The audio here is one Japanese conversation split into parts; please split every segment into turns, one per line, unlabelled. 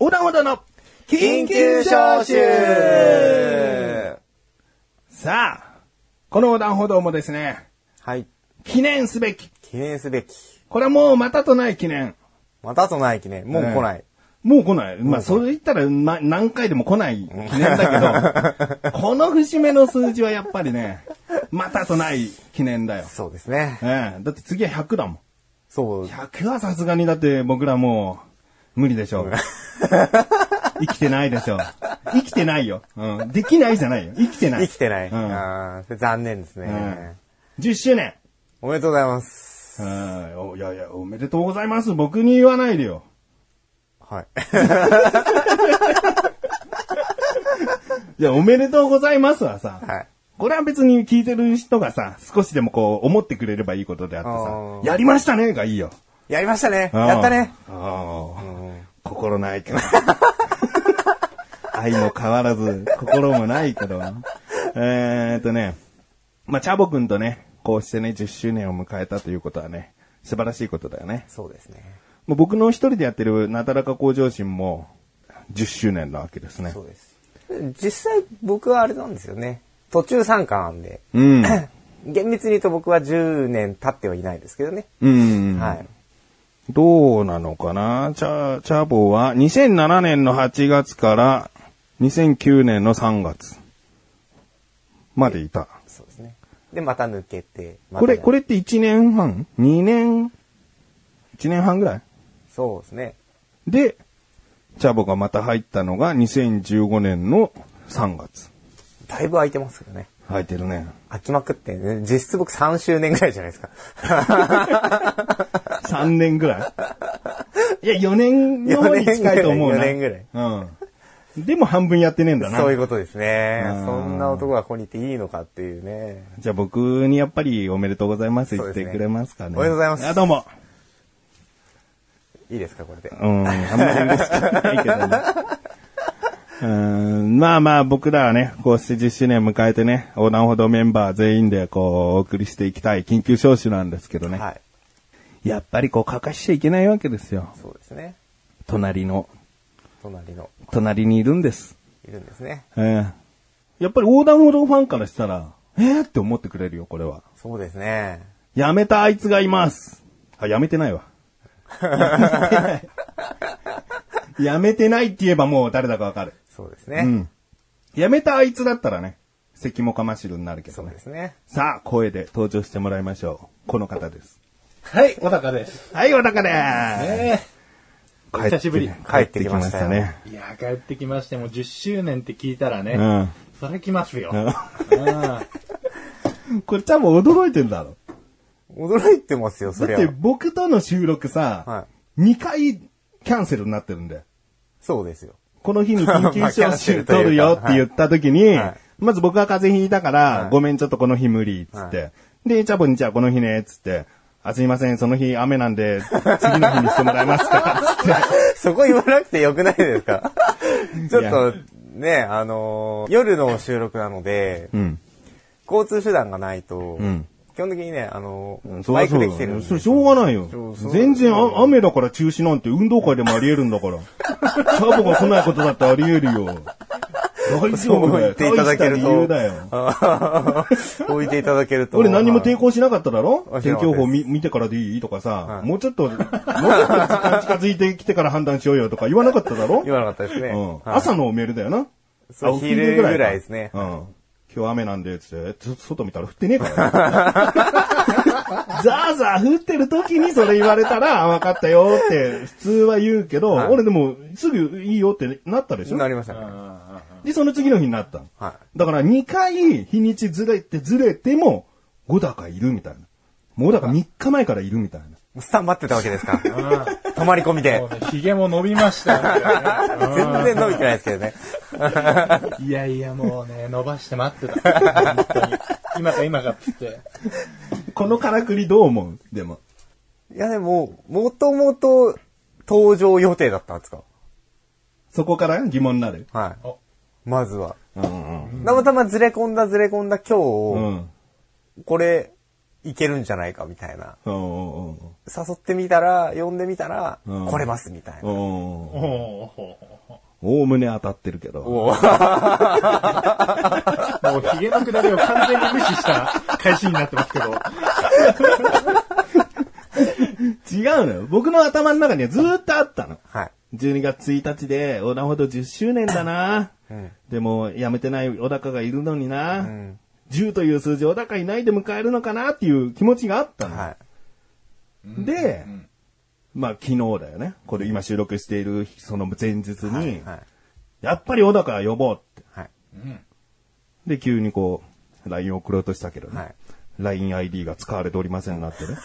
横断歩道の緊急招集さあ、この横断歩道もですね、
はい。
記念すべき。
記念すべき。
これはもうまたとない記念。
またとない記念。もう来ない。
もう来ない。まあ、それ言ったら、ま、何回でも来ない記念だけど、この節目の数字はやっぱりね、またとない記念だよ。
そうですね。
ええ、だって次は100だもん。
そう。
100はさすがにだって僕らもう、無理でしょう。生きてないでしょう。生きてないよ。うん。できないじゃないよ。生きてない。
生きてない。
う。
うんん、それ残念ですね、
うん10周年。
おめでとうございます。
うん。おいやいや、おめでとうございます。僕に言わないでよ。
はい。
いや、おめでとうございますはさ、
はい。
これは別に聞いてる人がさ、少しでもこう、思ってくれればいいことであって
あ
さ、
ー
やりましたねがいいよ。
やりましたね。やったね。
あー。あー心ないけど。愛も変わらず、心もないけど。えーっとね、まあ、チャボくんとね、こうしてね、10周年を迎えたということはね、素晴らしいことだよね。
そうですね。
もう僕の一人でやってるなだらか向上心も、10周年なわけですね
そ。うです。実際僕はあれなんですよね。途中参加なんで。
うん。
厳密に言うと僕は10年経ってはいないですけどね。
うん。
はい。
どうなのかなチャ、チャボは2007年の8月から2009年の3月までいた。
そうですね。で、また抜けて。また
これ、これって1年半 ?2 年 ?1 年半ぐらい
そうですね。
で、チャボがまた入ったのが2015年の3月。
だいぶ空いてますけどね。
入ってるね。
空きまくって、ね、実質僕3周年ぐらいじゃないですか。
3年ぐらいいや、4年の方に近いと思うな。
4年ぐらい
うん。でも半分やってねえんだな。
そういうことですね
うん。
そんな男がここにいていいのかっていうね。
じゃあ僕にやっぱりおめでとうございます言ってくれますかね。
そうですねおめでとうございます
や、どうも。
いいですか、これで。
うん、あんまり嬉しくないけどね。うんまあまあ僕らはね、こうして10周年迎えてね、横断歩道メンバー全員でこうお送りしていきたい緊急招集なんですけどね。
はい。
やっぱりこう欠かしちゃいけないわけですよ。
そうですね。
隣の、
隣の、
隣にいるんです。
いるんですね。
ええやっぱり横断歩道ファンからしたら、えー、って思ってくれるよ、これは。
そうですね。
やめたあいつがいます。あ、やめてないわ。 やめてないって言えばもう誰だかわかる。
そうです
う
ね。
ん。やめたあいつだったらね、関もかましるになるけど
そう
ね
で。すね。
さあ、声で登場してもらいましょう。この方です。
はい、小高です。
はい、お高でー
え
す。
久しぶり
帰ってきましたね。
えいやー、帰ってきまして、もう10周年って聞いたらね、
うん
それ来ますよ。
これ多分驚いてんだろ。
驚いてますよ、そり
だっ
ゃ
て。僕との収録さ
は、
2回キャンセルになってるんだよ。
そうですよ。
この日に緊急招集取るよって言った時に、
はい
まず僕が風邪ひいたから、
い
ごめんちょっとこの日無理、つって。で、チャボにじゃあこの日ね、つって。あ、すいません、その日雨なんで、次の日にしてもらえますか、 つって。
そこ言わなくてよくないですかちょっ
い
と、ね、あのー夜の収録なので、
うん。
交通手段がないと、
ん
基本的にね、あのー
そ
バ
りゃ
イ
そ
ク
うだ
で
よ
来てるんで
それしょうがないよ
そうそ。う
全然あ雨だから中止なんて運動会でもあり得るんだから。チャボが来ないことだってあり得るよ。 大丈
そう
夫だ
言
よ。
っていただける
大した理由
と
だよ。。
あー 置いていただけると。
俺何も抵抗しなかっただろ
はい
天気予報見見てからでいいとかさ、
はい
もうちょっと、も うちょっと時間近づいてきてから判断しようよとか言わなかっただろ
言わなかったですね。
うん
はい
朝のメールだよな。
そう
あお
昼ぐらい
か
ですね
うん。今日雨なんで、つって、ち外見たら降ってねえ からね。ザーザー降ってる時にそれ言われたら、あ分かったよって普通は言うけど、
はい
俺でもすぐいいよってなったでしょ
なりましたね。
で、その次の日になったの。
は
だから2回日にちずれてずれても、5だかいるみたいな。もうだから3日前からいるみたいな。
い。スタンバってたわけですか。
うん
泊まり込みで
もう。ねひげも伸びまし たよね、
全然伸びてないですけどね。
いやいや、もうね、伸ばして待ってた。本当に。今か今かっつって。
このからくりどう思うでも。
いやでも、もともと登場予定だったんですか
そこから疑問になる。
は
お
い。まずは。
うんうん
たまたまずれ込んだずれ込んだ今
う
日、
ん。
これ、いけるんじゃないかみたいな。
うんうん
誘ってみたら、呼んでみたら、
うん
来れますみたいな。
うんうん。
おー
おおむね当たってるけど。
おう
もうヒゲのくだりを完全に無視した返しになってますけど。
違うのよ。僕の頭の中にはずーっとあったの。
はい。
12月1日で横断歩道10周年だな。でも、やめてない小高がいるのにな。
ん
10という数字小高いないで迎えるのかなっていう気持ちがあったの。
はい。
で、まあ昨日だよね。これ今収録しているその前日に、
はい。
やっぱり小高呼ぼうって。
はい。
で、急にこう、LINE 送ろうとしたけどね。
はい
LINEID が使われておりませんなって ね。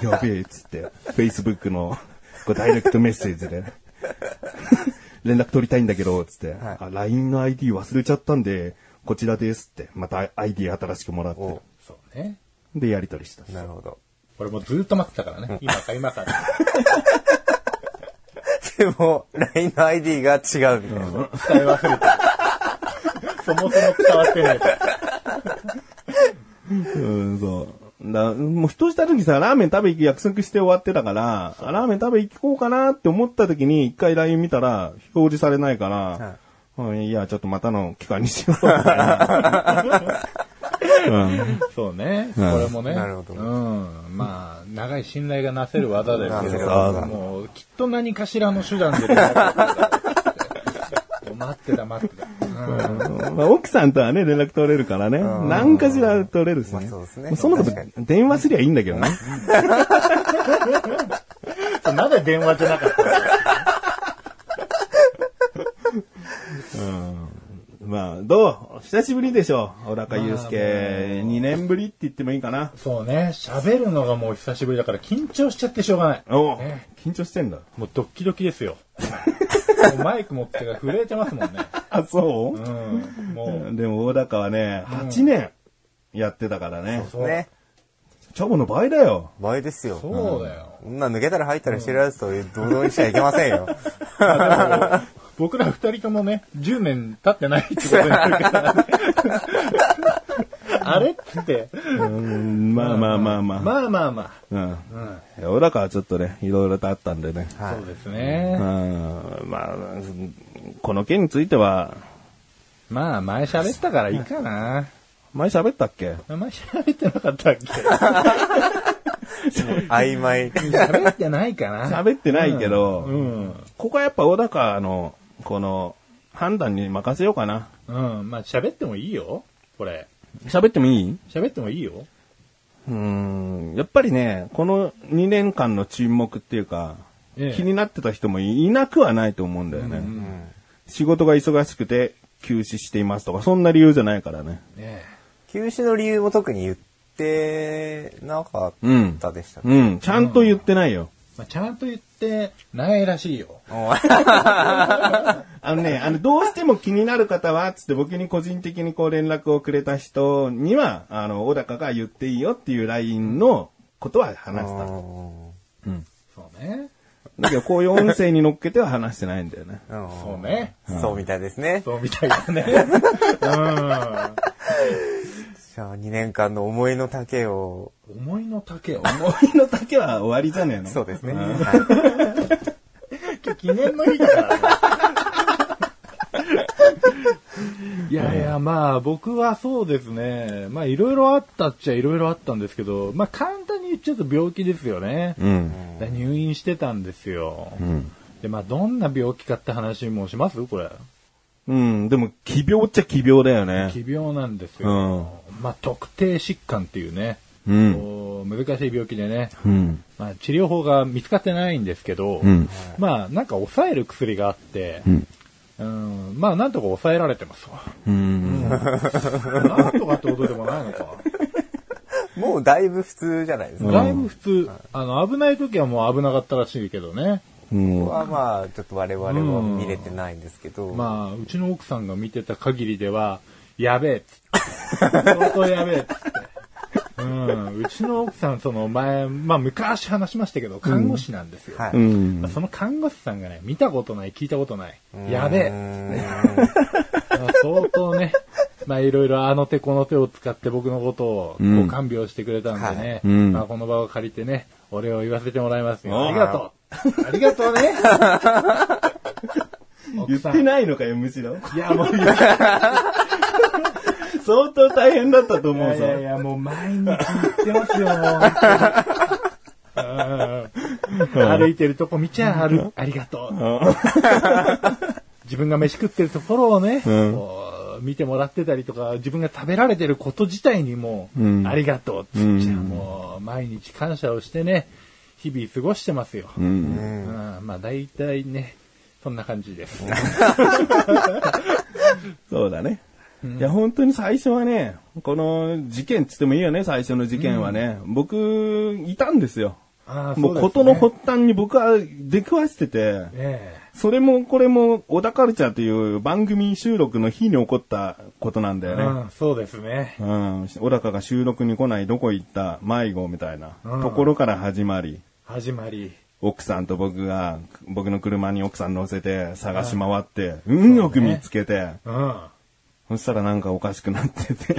やべえっつって、Facebook のこうダイレクトメッセージで、 連絡取りたいんだけど、つって、
はい
あ LINE の ID 忘れちゃったんで、こちらですって、また ID 新しくもらって
お、
そうね。
で、やり取りした。
なるほど。
俺もずっと待ってたからね。今か今か。
でも、LINE の ID が違うみたいな。
伝え忘れて る。そもそも伝わってない。
うん、そう。だもうふとした時さ、ラーメン食べ行く約束して終わってたから、あラーメン食べ行こうかなって思った時に、一回 LINE 見たら、表示されないから、うんいや、ちょっとまたの機会にしようみたい なうん
そうね。こ
うん
れもね。
なるほど
うん。まあ、長い信頼がなせる技だよけ
な
せる技
ど、もう、きっと何かしらの手段 で連絡を。待ってた、待ってた。うん
まあ、奥さんとはね、連絡取れるからね。何かしら取れるしね。
まあそうですね
もそもそ
確か
も電話すりゃいいんだけどね。
そうなぜ電話じゃなかったの
まあ、どう久しぶりでしょ。小高祐介。2年ぶりって言ってもいいかな。
そうね。喋るのがもう久しぶりだから緊張しちゃってしょうがない。
おう
ね
緊張してんだ。
もうドッキドキですよ。もうマイク持ってが震えてますもんね。。
あ、そううん
もう、
でも小高はね、8年やってたからね。
そう
ね。
チャボの倍だよ。
倍ですよ。こ
そうだよ。
んな抜けたり入ったりしてるやつと堂々にしちゃいけませんよ。
僕ら二人ともね、10年経ってないってことになるから、 ね、あれっつって。
うん、まあまあまあまあ。
まあまあま
うん。
あ。うん。
小高はちょっとね、いろいろとあったんでね。
はい
そうです
う
ね。
ん、まあ、この件については、
まあ、前喋ったからいいかな。
前喋ったっけ
前喋ってなかったっけ
曖昧。
喋ってないかな。
喋ってないけど、
うん。
ここはやっぱ小高の、この、判断に任せようかな。
うん。まあ、喋ってもいいよ。これ。
喋ってもいい
喋ってもいいよ。
うん、やっぱりね、この2年間の沈黙っていうか、
ええ
気になってた人もいなくはないと思うんだよね。仕事が忙しくて休止していますとか、そんな理由じゃないからね。
ね
休止の理由も特に言ってなかったでしたっけ
うん、ちゃんと言ってないよ。
まあ、ちゃんと言ってないらしいよ。
おい
あのね、あの、どうしても気になる方は、つって僕に個人的にこう連絡をくれた人には、あの、小高が言っていいよっていう LINE のことは話した。
そうね。
だけど、こういう音声に乗っけては話してないんだよね。
そうね。
そうみたいですね。
そうみたいだね。うん。
じゃあ2年間の思いの丈を。
思いの丈を。
思いの丈は終わりじゃねえの
そうですね。
ん
はい
記念の日だからね。 いやいや、まあ僕はそうですね。まあいろいろあったっちゃいろいろあったんですけど、まあ簡単に言っちゃうと病気ですよね。
うん。
だから入院してたんですよ。で、まあどんな病気かって話もしますこれ。
うん、でも、奇病っちゃ奇病だよね。
奇病なんですよ。まあ特定疾患っていうね、
うん。
こう難しい病気でね、
うん。
まあ、治療法が見つかってないんですけど、
ん
まあ、なんか抑える薬があって、うんん、まあ、なんとか抑えられてますわ。
うん。
なんとかってことでもないのか。
もうだいぶ普通じゃないですか。
だいぶ普通、あの、危ない時はもう危なかったらしいけどね。
うん
はまあ、ちょっと我々は見れてないんですけど。あ。
まあ、うちの奥さんが見てた限りでは、やべえっつって。相当やべえっつって。うん、うちの奥さん、その前、まあ昔話しましたけど、看護師なんですよ。
はい。
うん
まあその看護師さんがね、見たことない、聞いたことない、やべえっつって
え。
まあ相当ね、まあいろいろあの手この手を使って僕のことを
ん
ご看病してくれたんでね、
はいうん
まあこの場を借りてね、お礼を言わせてもらいますよ。
あー
ありがとう。ありがとうね。
言
奥
っ
さ
て
ん。い
ないのかよ、むしろ。
や、もう、いや
相当大変だったと思う
い
ぞ。
やいや、もう毎日言ってますよ。本当にうん歩いてるとこ見ちゃある。ありがとう。 自分が飯食ってるところをね、
うん
こう見てもらってたりとか、自分が食べられてること自体にもう、
うん
ありがとうっつっ
うん
ちゃもう、毎日感謝をしてね、日々過ごしてますよ。
う。
うんん。
うんまあ大体ね、そんな感じです。
そうだね。いや、本当に最初はね、この事件っつってもいいよね、最初の事件はね。僕、いたんですよ。
あー
もう、ことの発端に僕は出くわしてて、
そうですねえ
それもこれも、小田カルチャーという番組収録の日に起こったことなんだ
え
よ
う
ね。
ん、そうですね。
うん。小高が収録に来ない、どこ行った、迷子みたいな
うん
ところから始まり、
始まり。
奥さんと僕が、僕の車に奥さん乗せて探し回って、運よく見つけて、
うん。
そしたらなんかおかしくなって て、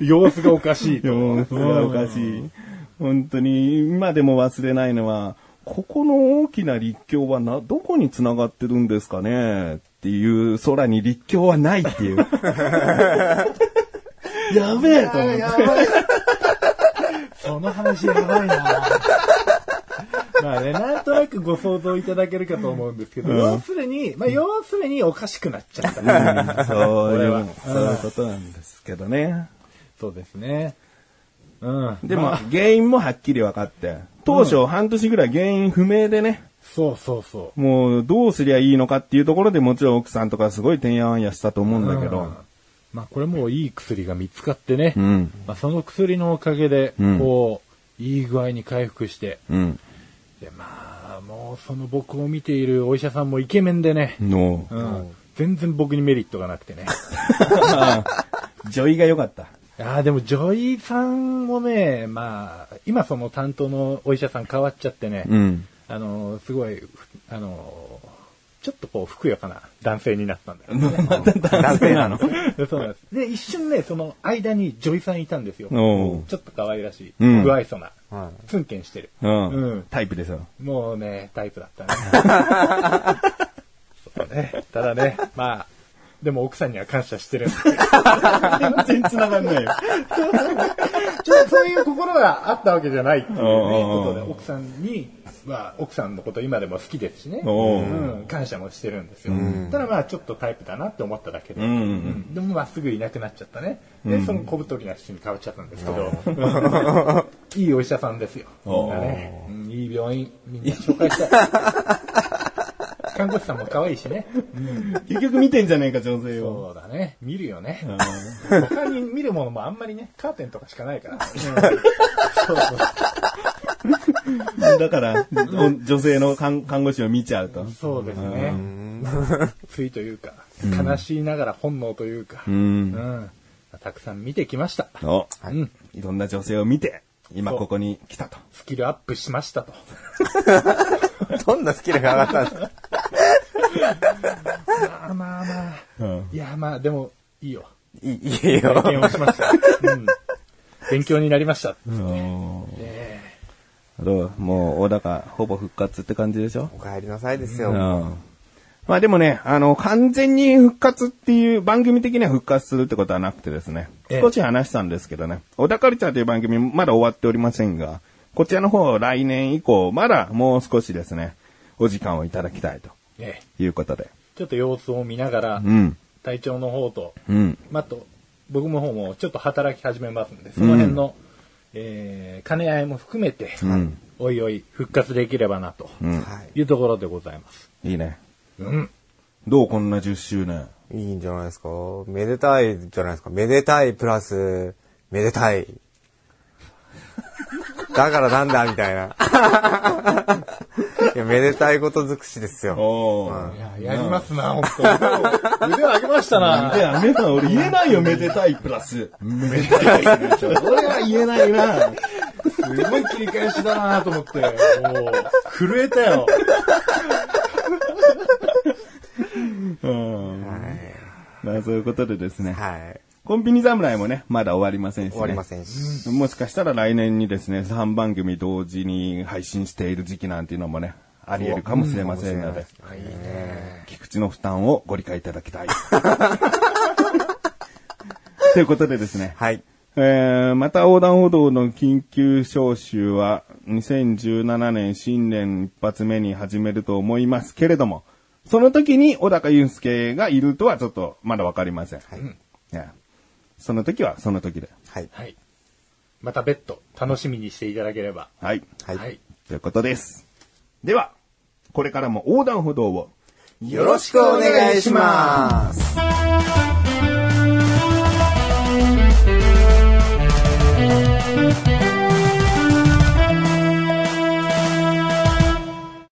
様子がおかしいと。
様子がおかしい。本当に、今でも忘れないのは、ここの大きな立教はな、どこに繋がってるんですかねっていう、空に立教はないって いう。やべえと思って。
その話やばいな。 まあね、なんとなくご想像いただけるかと思うんですけど、
うん
要するに、まあ要するにおかしくなっちゃった。
そう
俺
い
は
う、そういうことなんですけどね。
そうですね。うん。
で
ま
も
あ、
原因もはっきり分かって、当初半年ぐらい原因不明でね、
そうそうそ
もうどうすりゃいいのかっていうところでもちろん奥さんとかすごいてんやわんやしたと思うん
う。
だけ
うん
ど、
まあこれもういい薬が見つかってね、
うん、
まあその薬のおかげで、
うん
こう、いい具合に回復して、
うん、
でまあ、もうその僕を見ているお医者さんもイケメンでね、
の、
うん、全然僕にメリットがなくてね。
女医が良かった。
ああ、でも女医さんもね、まあ、今その担当のお医者さん変わっちゃってね、
うん。
あの、すごい、ふあの、ちょっとこう、ふくよかな男性になったんだよ、
男性なの
でそうなんです。で、一瞬ね、その間に女医さんいたんですよ。ち
お
ょ
う
っと可愛らしい。
うん
不愛想な。
は
ツンケンしてる。
うん。
うん
タイプでさ。
もうね、タイプだったね。 そうね。ただね、まあ、でも奥さんには感謝してる。
全然繋がん ないよ。
ちょっとそういう心があったわけじゃないっていうね、
うん
ことで、奥さんに、まあ、奥さんのこと今でも好きですしね、
おう
うん、感謝もしてるんですよ。ただまあ、ちょっとタイプだなって思っただけで、
んうんうん
うんでもまあ、すぐいなくなっちゃったね。で、その小太りな人に変わっちゃったんですけど、 いいお医者さんですよ。みんなね、うんいい病院、みんな紹介したい。看護師さんも可愛いしね。
結局見てんじゃねえか、女性を。
そうだね。見るよね。
うん
他に見るものもあんまりね、カーテンとかしかない から。そうそう
だから、お女性の看看護師を見ちゃうと。
そうですね。ついというか、悲しいながら本能というか、
う。
うんんたくさん見てきました。
お、
うん
いろんな女性を見て、今
そう
ここに来たと。
スキルアップしましたと。
どんなスキルが上がったんですか
まあまあまあ。
うん
いやまあでも、いいよ。
いいいい
体
よ。
験をしました。うん勉強になりました。え
どうもう、小高、ほぼ復活って感じでしょ
お帰りなさいです
う
よ。
ん。まあでもね、あの、完全に復活っていう、番組的には復活するってことはなくてですね、
ええ
少し話したんですけどね、小田カルチャーという番組まだ終わっておりませんが、こちらの方来年以降、まだもう少しですね、お時間をいただきたいと
えええ
いうことで。
ちょっと様子を見ながら
う、ん。
体調の方と、
うん。
まああと、僕の方もちょっと働き始めますんで、その辺の、えー兼ね合いも含めて、
ん
おいおい復活できればなと
うん。
は
いうところでございます。
いいね。
うん。
どうこんな10周年。
い。いいんじゃないですか。めでたいじゃないですか。めでたいプラス、めでたい。だからなんだみたいな。いや、めでたいこと尽くしですよ。
お
いや、やりますな、本当 腕を腕を上げましたな。
いや、めた、俺言えないよ、めでたいプラス。めでたい。俺は言えないな。
すごい切り返しだなと思って、もう、震えたよ。
うん。 まあそういうことでですね。
はい。
コンビニ侍もね、まだ終わりませんし、ね。
終わりませんし。
もしかしたら来年にですね、3番組同時に配信している時期なんていうのもね、あり得るかもしれませんので、
いいね。
菊池の負担をご理解いただきたい。 ということでですね、
はい。
えー、また横断歩道の緊急招集は2017年新年一発目に始めると思いますけれども、その時に小高祐介がいるとはちょっとまだわかりません。
はい。
ねその時はその時で。
はい。
はい。また別途楽しみにしていただければ。
はい。
はい
ということです。では、これからも横断歩道を。
よろしくお願いします。
「